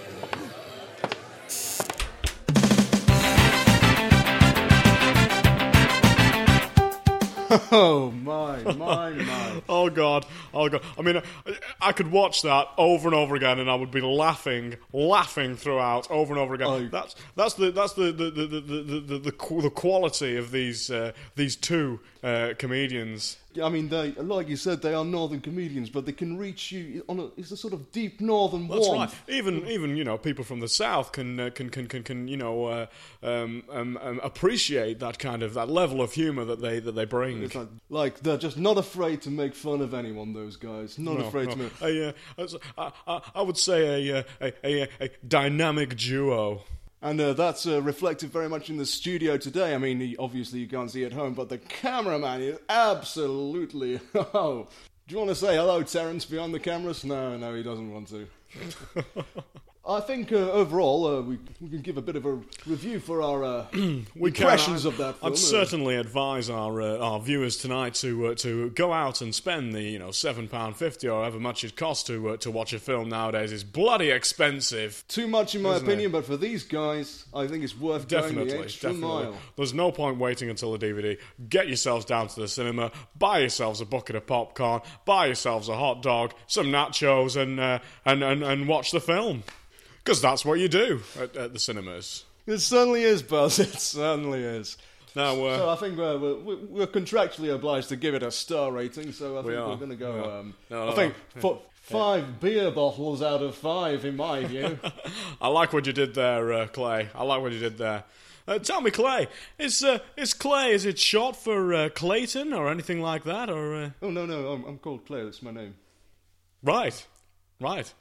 Speaker 4: Oh my, my, my!
Speaker 6: Oh god, oh god. I mean, I, I could watch that over and over again, and I would be laughing, laughing throughout, over and over again.
Speaker 4: Oh.
Speaker 6: That's that's the that's the the the the the, the, the, qu- the quality of these uh, these two uh, comedians.
Speaker 4: I mean, they like you said, they are northern comedians, but they can reach you on a. It's a sort of deep northern
Speaker 6: That's
Speaker 4: warmth.
Speaker 6: right. Even even you know people from the south can uh, can, can can can you know uh, um, um, um, appreciate that kind of that level of humor that they that they bring.
Speaker 4: It's like, like they're just not afraid to make fun of anyone. Those guys, not
Speaker 6: No,
Speaker 4: afraid
Speaker 6: no.
Speaker 4: to make.
Speaker 6: A, uh, as- I, I, I would say a, uh, a, a, a dynamic duo.
Speaker 4: And uh, that's uh, reflected very much in the studio today. I mean, he, obviously you can't see at home, but the cameraman is absolutely. Oh, do you want to say hello, Terence, behind the cameras? No, no, he doesn't want to. I think uh, overall uh, we, we can give a bit of a review for our uh,
Speaker 6: can.
Speaker 4: impressions
Speaker 6: I-
Speaker 4: of that film.
Speaker 6: I'd certainly advise our uh, our viewers tonight to uh, to go out and spend the you know seven pound fifty or however much it costs to uh, to watch a film nowadays is bloody expensive.
Speaker 4: Uh, Too much, in my
Speaker 6: Isn't it?
Speaker 4: opinion, but for these guys, I think it's worth going
Speaker 6: Definitely,
Speaker 4: the extra
Speaker 6: definitely.
Speaker 4: mile.
Speaker 6: There's no point waiting until the DVD. Get yourselves down to the cinema, buy yourselves a bucket of popcorn, buy yourselves a hot dog, some nachos, and uh, and, and and watch the film. Because that's what you do at, at the cinemas.
Speaker 4: It certainly is, Buzz. It certainly is.
Speaker 6: Now, uh,
Speaker 4: So I think we're, we're, we're contractually obliged to give it a star rating. So I think we
Speaker 6: are.
Speaker 4: are going to go.
Speaker 6: We are.
Speaker 4: um,
Speaker 6: No, no,
Speaker 4: I think
Speaker 6: no.
Speaker 4: fo- five beer bottles out of five, in my view.
Speaker 6: I like what you did there, uh, Clay. I like what you did there. Uh, tell me, Clay, is uh, is Clay is it short for uh, Clayton or anything like that? Or uh,
Speaker 4: oh no, no, I'm, I'm called Claire. That's my name.
Speaker 6: right, right.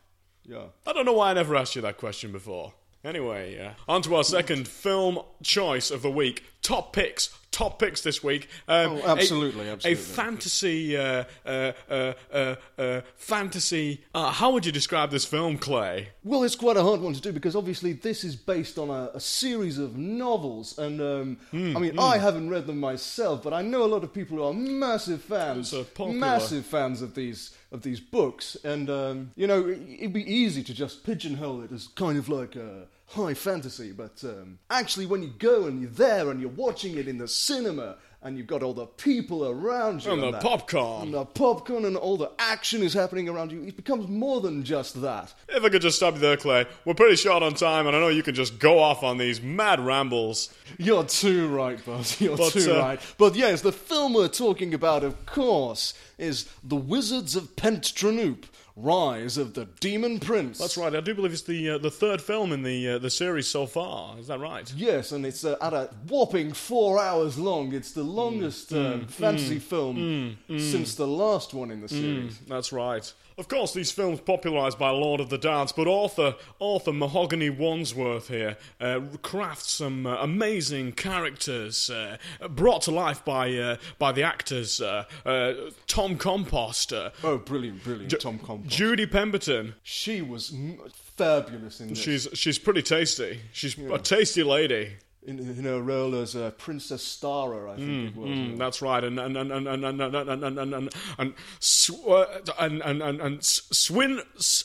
Speaker 4: Yeah.
Speaker 6: I don't know why I never asked you that question before. Anyway, uh, on to our second film choice of the week. Top picks. Top picks this week. Um,
Speaker 4: Oh,
Speaker 6: a-
Speaker 4: absolutely,
Speaker 6: A
Speaker 4: absolutely.
Speaker 6: fantasy, uh, uh, uh, uh, uh, fantasy. Uh, how would you describe this film, Clay?
Speaker 4: Well, it's quite a hard one to do because obviously this is based on a, a series of novels, and um,
Speaker 6: Hmm,
Speaker 4: I mean, I haven't read them myself, but I know a lot of people who are massive fans,
Speaker 6: Those are popular.
Speaker 4: massive fans of these of these books, and um, you know, it, it'd be easy to just pigeonhole it as kind of like a high fantasy, but um, actually, when you go and you're there and you're watching it in the cinema. And you've got all the people around you,
Speaker 6: And the
Speaker 4: that-
Speaker 6: popcorn.
Speaker 4: and the popcorn, and all the action is happening around you. It becomes more than just that.
Speaker 6: If I could just stop you there, Clay. We're pretty short on time, and I know you can just go off on these mad rambles.
Speaker 4: You're too right, Buzz. You're
Speaker 6: But,
Speaker 4: too
Speaker 6: uh,
Speaker 4: right. But yes, the film we're talking about, of course, is The Wizards of Pentstranoop Rise of the Demon Prince.
Speaker 6: That's right. I do believe it's the uh, the third film in the uh, the series so far. Is that right?
Speaker 4: Yes, and it's uh, at a whopping four hours long. It's the longest
Speaker 6: Mm.
Speaker 4: um, fantasy film since the last one in the
Speaker 6: Mm.
Speaker 4: series.
Speaker 6: That's right. Of course, these films popularised by Lord of the Dance, but author author Mahogany Wandsworth here uh, crafts some uh, amazing characters uh, brought to life by uh, by the actors uh, uh, Tom Compost, uh,
Speaker 4: Oh, brilliant, brilliant. Tom Compton.
Speaker 6: Judy Pemberton.
Speaker 4: she was m- fabulous in this.
Speaker 6: She's she's pretty tasty. She's a tasty lady.
Speaker 4: in, in her role as uh, Princess Starra, I think it was.
Speaker 6: Mm, that's right, and and and and and and and and and and and and sw- uh, and and and and s- Swin s-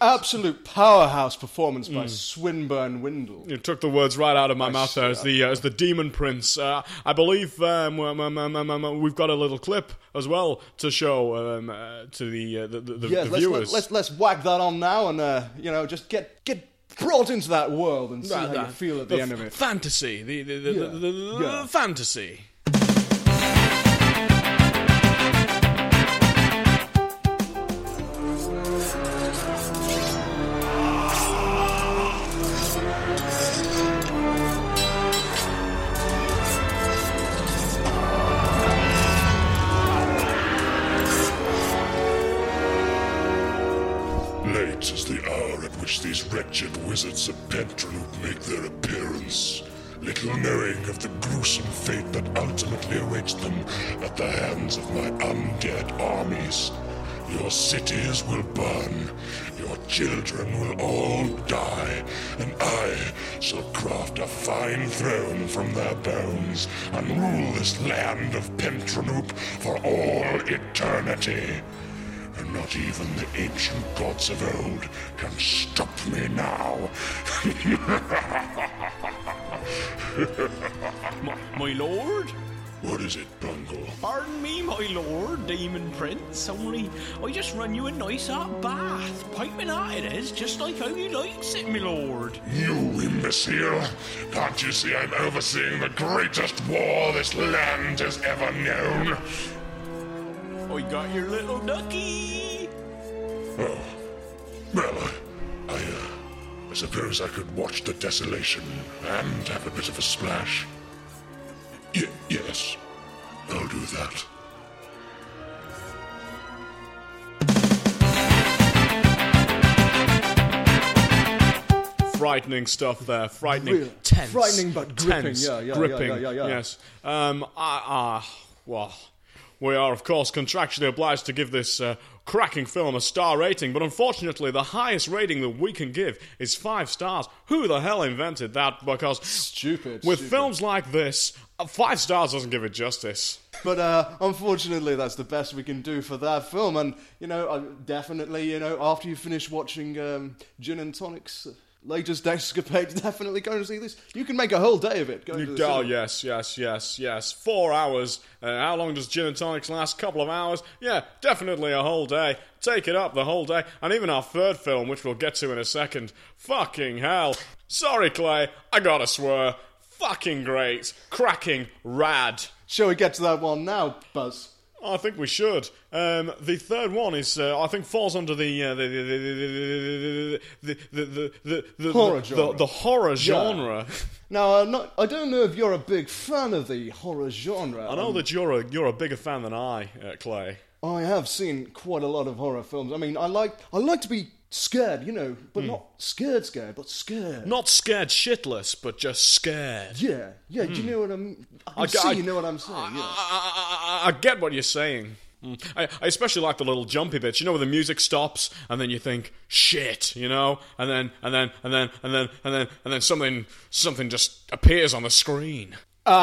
Speaker 4: Absolute powerhouse performance by
Speaker 6: Mm.
Speaker 4: Swinburne Windle.
Speaker 6: you took the words right out of my mouth there as the uh, as the demon prince. Uh, I believe um, um, um, um, um, um, we've got a little clip as well to show um, uh, to the uh, the, the, the
Speaker 4: yeah, let's,
Speaker 6: viewers.
Speaker 4: Let's, let's whack that on now and uh, you know just get get brought into that world and see
Speaker 6: Uh,
Speaker 4: how you feel at the, end of it.
Speaker 6: Fantasy, the the, the,
Speaker 4: Yeah,
Speaker 6: the, the, the
Speaker 4: yeah.
Speaker 6: fantasy.
Speaker 7: Late is the hour at which these wretched wizards of Pentaloop make their appearance, little knowing of the gruesome fate that ultimately awaits them at the hands of my undead armies. Your cities will burn, your children will all die, and I shall craft a fine throne from their bones and rule this land of Pentanoop for all eternity. And not even the ancient gods of old can stop me now.
Speaker 2: My lord?
Speaker 7: What is it, Bungle?
Speaker 2: Pardon me, my lord, Demon Prince, only I just run you a nice hot bath. Piping hot it is, just like how you likes it, my lord.
Speaker 7: You imbecile! Can't you see I'm overseeing the greatest war this land has ever known?
Speaker 2: I got your little ducky.
Speaker 7: Oh. Well, I, uh, I suppose I could watch the desolation and have a bit of a splash. Y- yes, I'll do that.
Speaker 6: Frightening stuff there. Frightening,
Speaker 4: Really
Speaker 6: tense,
Speaker 4: frightening but gripping,
Speaker 6: tense,
Speaker 4: yeah, yeah, yeah,
Speaker 6: gripping.
Speaker 4: yeah, yeah, yeah.
Speaker 6: Yes. Um. I. Uh, well, we are of course contractually obliged to give this uh, cracking film a star rating, but unfortunately, the highest rating that we can give is five stars. Who the hell invented that? Because
Speaker 4: Stupid,
Speaker 6: With
Speaker 4: stupid.
Speaker 6: films like this, uh, five stars doesn't give it justice.
Speaker 4: But uh, unfortunately, that's the best we can do for that film. And you know, I definitely, you know, after you finish watching um, Gin and Tonic's latest escapade, definitely go and see this. You can make a whole day of it. Go to
Speaker 6: You,
Speaker 4: the
Speaker 6: oh
Speaker 4: cinema.
Speaker 6: yes, yes, yes, yes. Four hours. Uh, how long does gin and tonics last? Couple of hours. Yeah, definitely a whole day. Take it up the whole day, and even our third film, which we'll get to in a second. Fucking hell. Sorry, Clay. I gotta swear. Fucking great. Cracking. Rad.
Speaker 4: Shall we get to that one now, Buzz?
Speaker 6: I think we should. Um, the third one is, uh, I think, falls under the uh, the the the the the the the the
Speaker 4: Horror
Speaker 6: the,
Speaker 4: genre.
Speaker 6: the, the horror genre.
Speaker 4: Now, I'm not, I don't know if you're a big fan of the horror genre.
Speaker 6: I know that you're a you're a bigger fan than I, uh, Clay.
Speaker 4: I have seen quite a lot of horror films. I mean, I like I like to be scared, you know, but not scared, scared, but scared.
Speaker 6: Not scared shitless, but just scared.
Speaker 4: yeah, yeah. Do you know what I'm? I, can
Speaker 6: g-
Speaker 4: see
Speaker 6: I-
Speaker 4: you know what I'm saying. yeah.
Speaker 6: I, I, I, I get what you're saying. Mm. I, I especially like the little jumpy bits, you know, where the music stops and then you think shit, you know, and then and then and then and then and then and then something something just appears on the screen.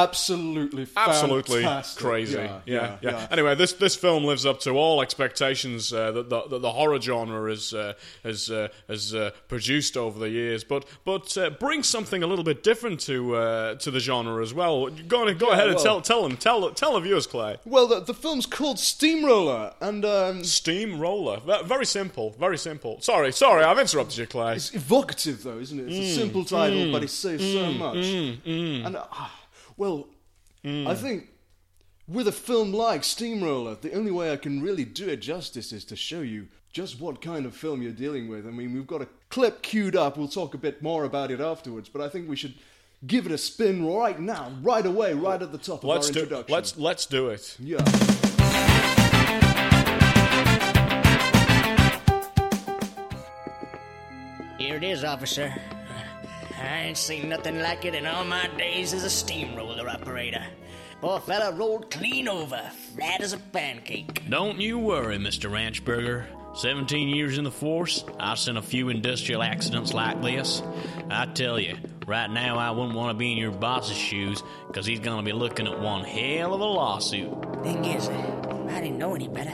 Speaker 4: Absolutely,
Speaker 6: Absolutely
Speaker 4: fantastic.
Speaker 6: crazy. Yeah yeah,
Speaker 4: yeah.
Speaker 6: Anyway, this this film lives up to all expectations uh, that, the, that the horror genre has uh, has uh, has uh, produced over the years, but but uh, brings something a little bit different to uh, to the genre as well. Go on, go ahead and
Speaker 4: well-
Speaker 6: tell tell them tell tell the viewers, Clay.
Speaker 4: Well, the, the film's called Steamroller, and um,
Speaker 6: Steamroller. Ve- Very simple. Very simple. Sorry, sorry, I've interrupted you, Clay.
Speaker 4: it's evocative, though, isn't it? It's
Speaker 6: Mm,
Speaker 4: a simple title, but it says so much. And uh, well,
Speaker 6: Mm.
Speaker 4: I think with a film like Steamroller, the only way I can really do it justice is to show you just what kind of film you're dealing with. I mean, we've got a clip queued up. We'll talk a bit more about it afterwards, but I think we should give it a spin right now, right away, right at the top of
Speaker 6: Let's
Speaker 4: our
Speaker 6: do.
Speaker 4: introduction.
Speaker 6: Let's let's do it.
Speaker 4: yeah.
Speaker 8: Here it is, officer. I ain't seen nothing like it in all my days as a steamroller operator. Poor fella rolled clean over, flat as a pancake.
Speaker 9: Don't you worry, Mr. Ranchburger. 17 years in the force, I've seen a few industrial accidents like this. I tell you, right now I wouldn't want to be in your boss's shoes because he's going to be looking at one hell of a lawsuit.
Speaker 8: Thing is, I didn't know any better.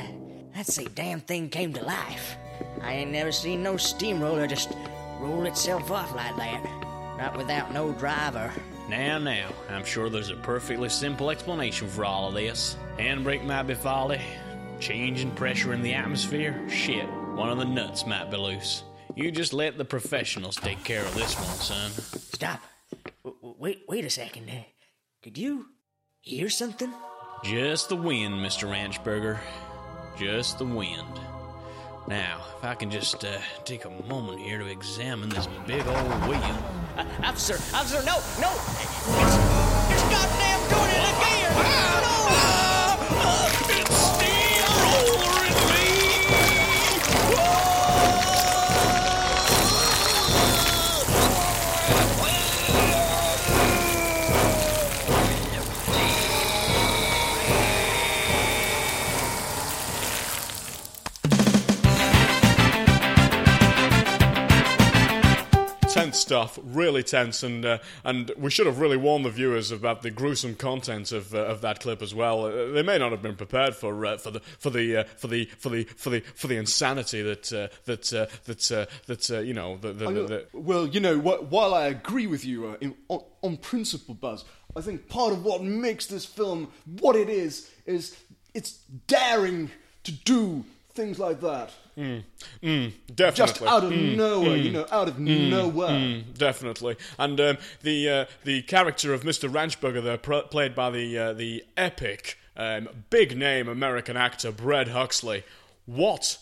Speaker 8: I'd say damn thing came to life. I ain't never seen no steamroller just roll itself off like that. Not without no driver.
Speaker 9: Now, now, I'm sure there's a perfectly simple explanation for all of this. Handbrake might be faulty, change in pressure in the atmosphere, shit, one of the nuts might be loose. You just let the professionals take care of this one, son.
Speaker 8: Stop. W- w- wait, wait a second. Did you hear something?
Speaker 9: Just the wind, Mr. Ranchburger. Just the wind. Now, if I can just uh, take a moment here to examine this big old wheel.
Speaker 8: Uh, officer, officer, no, no! It's, it's goddamn doing it again! No! It's
Speaker 6: tense stuff, really tense, and uh, and we should have really warned the viewers about the gruesome content of uh, of that clip as well. Uh, they may not have been prepared for uh, for the for the uh, for the for the for the for the insanity that uh, that uh, that uh, that uh, you know the, the, the, the
Speaker 4: Well, you know, wh- while I agree with you uh, in, on, on principle, Buzz, I think part of what makes this film what it is is it's daring to do things like that.
Speaker 6: Mm,
Speaker 4: Just
Speaker 6: definitely.
Speaker 4: out of nowhere,
Speaker 6: mm,
Speaker 4: you know, out of nowhere.
Speaker 6: Definitely, and um, the uh, the character of Mr. Ranchburger there, pr- played by the uh, the epic um, big name American actor Brad Huxley. What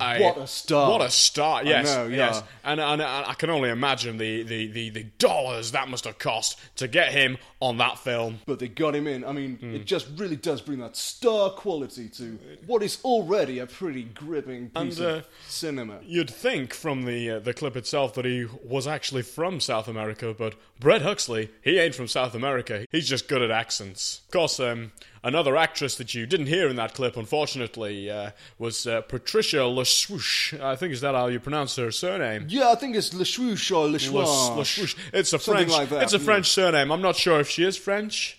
Speaker 6: a
Speaker 4: What a star.
Speaker 6: What a star! Yes,
Speaker 4: know, yeah.
Speaker 6: yes. And, and and I can only imagine the, the, the, the dollars that must have cost to get him on that film.
Speaker 4: But they got him in. I mean,
Speaker 6: Mm.
Speaker 4: it just really does bring that star quality to what is already a pretty gripping piece
Speaker 6: And,
Speaker 4: of
Speaker 6: uh,
Speaker 4: cinema.
Speaker 6: You'd think from the uh, the clip itself that he was actually from South America, but Brett Huxley, he ain't from South America. He's just good at accents. Of course, um, another actress that you didn't hear in that clip, unfortunately, uh, was uh, Patricia LeSwoosh. I think is that how you pronounce her surname?
Speaker 4: Yeah, I think it's Le Chouche or Le
Speaker 6: Le-
Speaker 4: Chouin.
Speaker 6: LeSwoosh. It's a
Speaker 4: Something
Speaker 6: French.
Speaker 4: like that,
Speaker 6: it's a
Speaker 4: yeah.
Speaker 6: French surname. I'm not sure if she is French.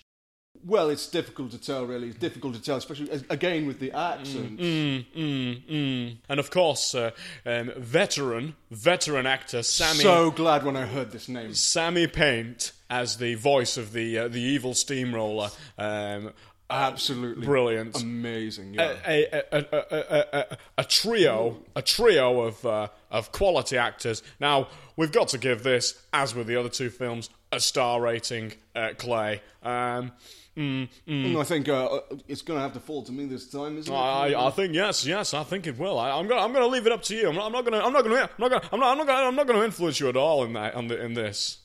Speaker 4: Well, it's difficult to tell, really. It's difficult to tell, especially as- again with the accent.
Speaker 6: Mm, mm, mm. And of course, uh, um, veteran veteran actor Sammy.
Speaker 4: So glad when I heard this name.
Speaker 6: Sammy Paint as the voice of the uh, the evil steamroller. Um,
Speaker 4: Absolutely
Speaker 6: brilliant.
Speaker 4: amazing.
Speaker 6: a,
Speaker 4: Yeah.
Speaker 6: a, a, a, a, a, a trio, a trio of uh, of quality actors. Now we've got to give this, as with the other two films, a star rating. Uh, Clay, um, mm, mm. Ah.
Speaker 4: I think uh, it's going to have to fall to me this time, isn't it?
Speaker 6: I, I think yes, yes, I think it will. I, I'm gonna, I'm gonna leave it up to you. I'm not, I'm not gonna, I'm not gonna, I'm not gonna, I'm not, I'm not gonna, I'm not gonna influence you at all in that, on the, in this.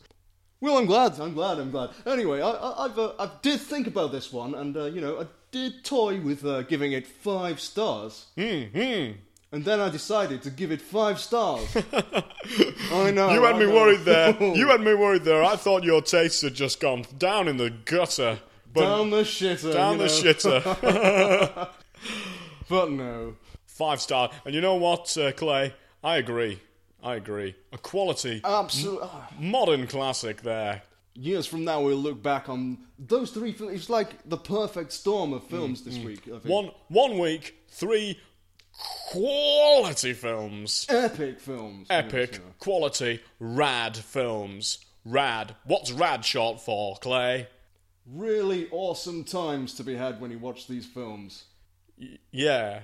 Speaker 4: well, I'm glad. I'm glad. I'm glad. Anyway, I, I, I've uh, I did think about this
Speaker 6: Hmm?
Speaker 4: one, and uh, you know, I did toy with uh, giving it five stars.
Speaker 6: Mm, mm.
Speaker 4: And then I decided to give it five stars. I know.
Speaker 6: You had
Speaker 4: I
Speaker 6: me
Speaker 4: know.
Speaker 6: worried there. You had me worried there. I thought your tastes had just gone down in the gutter. But
Speaker 4: down the shitter.
Speaker 6: down
Speaker 4: you
Speaker 6: the
Speaker 4: know.
Speaker 6: shitter.
Speaker 4: But no.
Speaker 6: Five star. And you know what, uh, Clay? I agree. I agree. A quality
Speaker 4: Uh, Absolutely.
Speaker 6: modern classic there.
Speaker 4: ah, Years from now, we'll look back on those three films. It's like the perfect storm of films this week. I think.
Speaker 6: Hmm, One one week, three quality films.
Speaker 4: epic films.
Speaker 6: Epic,
Speaker 4: Yes, yeah.
Speaker 6: quality, rad films. Rad. What's rad short for, Clay?
Speaker 4: Really awesome times to be had when you watch these films.
Speaker 6: Yeah,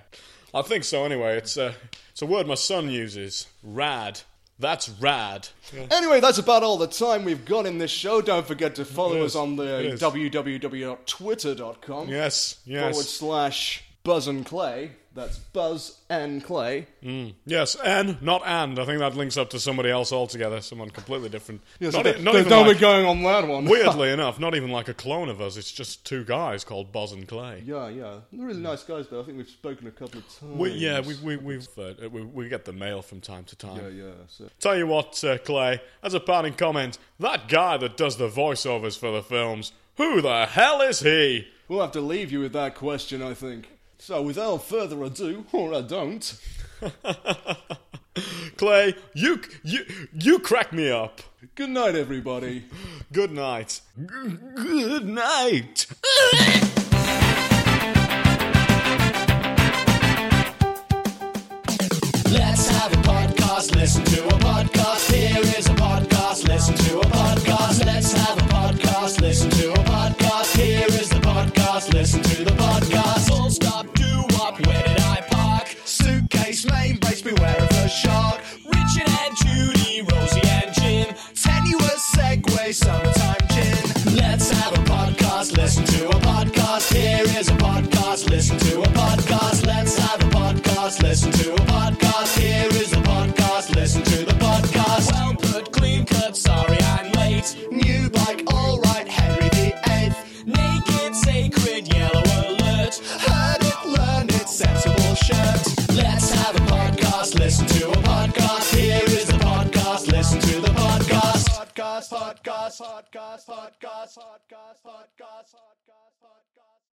Speaker 6: I think so. Anyway, it's a it's a word my son uses. Rad. That's rad.
Speaker 4: Anyway, that's about all the time we've got in this show. Don't forget to follow
Speaker 6: Yes,
Speaker 4: us on the uh,
Speaker 6: yes.
Speaker 4: www.twitter.com
Speaker 6: Yes.
Speaker 4: forward
Speaker 6: Yes.
Speaker 4: slash Buzz and Clay. That's Buzz and Clay.
Speaker 6: Mm. Yes. And not and. I think that links up to somebody else altogether. Someone completely different.
Speaker 4: Yes,
Speaker 6: not,
Speaker 4: th-
Speaker 6: e- not
Speaker 4: th-
Speaker 6: even
Speaker 4: don't
Speaker 6: like-
Speaker 4: be going on that one.
Speaker 6: weirdly enough, not even like a clone of us. It's just two guys called Boz and Clay.
Speaker 4: yeah, yeah. They're really nice guys, though. I think we've spoken a couple of times.
Speaker 6: We, yeah, we we we've, uh, we we get the mail from time to time.
Speaker 4: Yeah, yeah. So.
Speaker 6: Tell you what, uh, Clay, as a parting comment, that guy that does the voiceovers for the films, who the hell is he?
Speaker 4: We'll have to leave you with that question, I think. So, without further ado, or I don't,
Speaker 6: Clay, you you you crack me up.
Speaker 4: good night, everybody.
Speaker 6: Good night. G- good night.
Speaker 1: Let's have a podcast, listen to a podcast. Here is a podcast, listen to a podcast. Let's have a podcast, listen to a podcast. Here is the podcast, listen to the podcast. Full stop, do up, where did I park? Suitcase, main base, beware of a shark. Richard and Judy, Rosie and Jim. Tenuous segue, summertime gin. Let's have a podcast, listen to a podcast. Here is a podcast, listen to a podcast. Let's have a podcast, listen to a podcast. Here is a podcast, listen to the podcast. Well put, clean cut, sorry I'm late. New bike, alright, Henry VIII. Naked, sacred, yellow alert. Heard it, learn it, sensible shirt. Let's have a podcast, listen to a podcast. Here is a podcast, listen to the podcast. Podcast, podcast, podcast, podcast, podcast, podcast, podcast, podcast.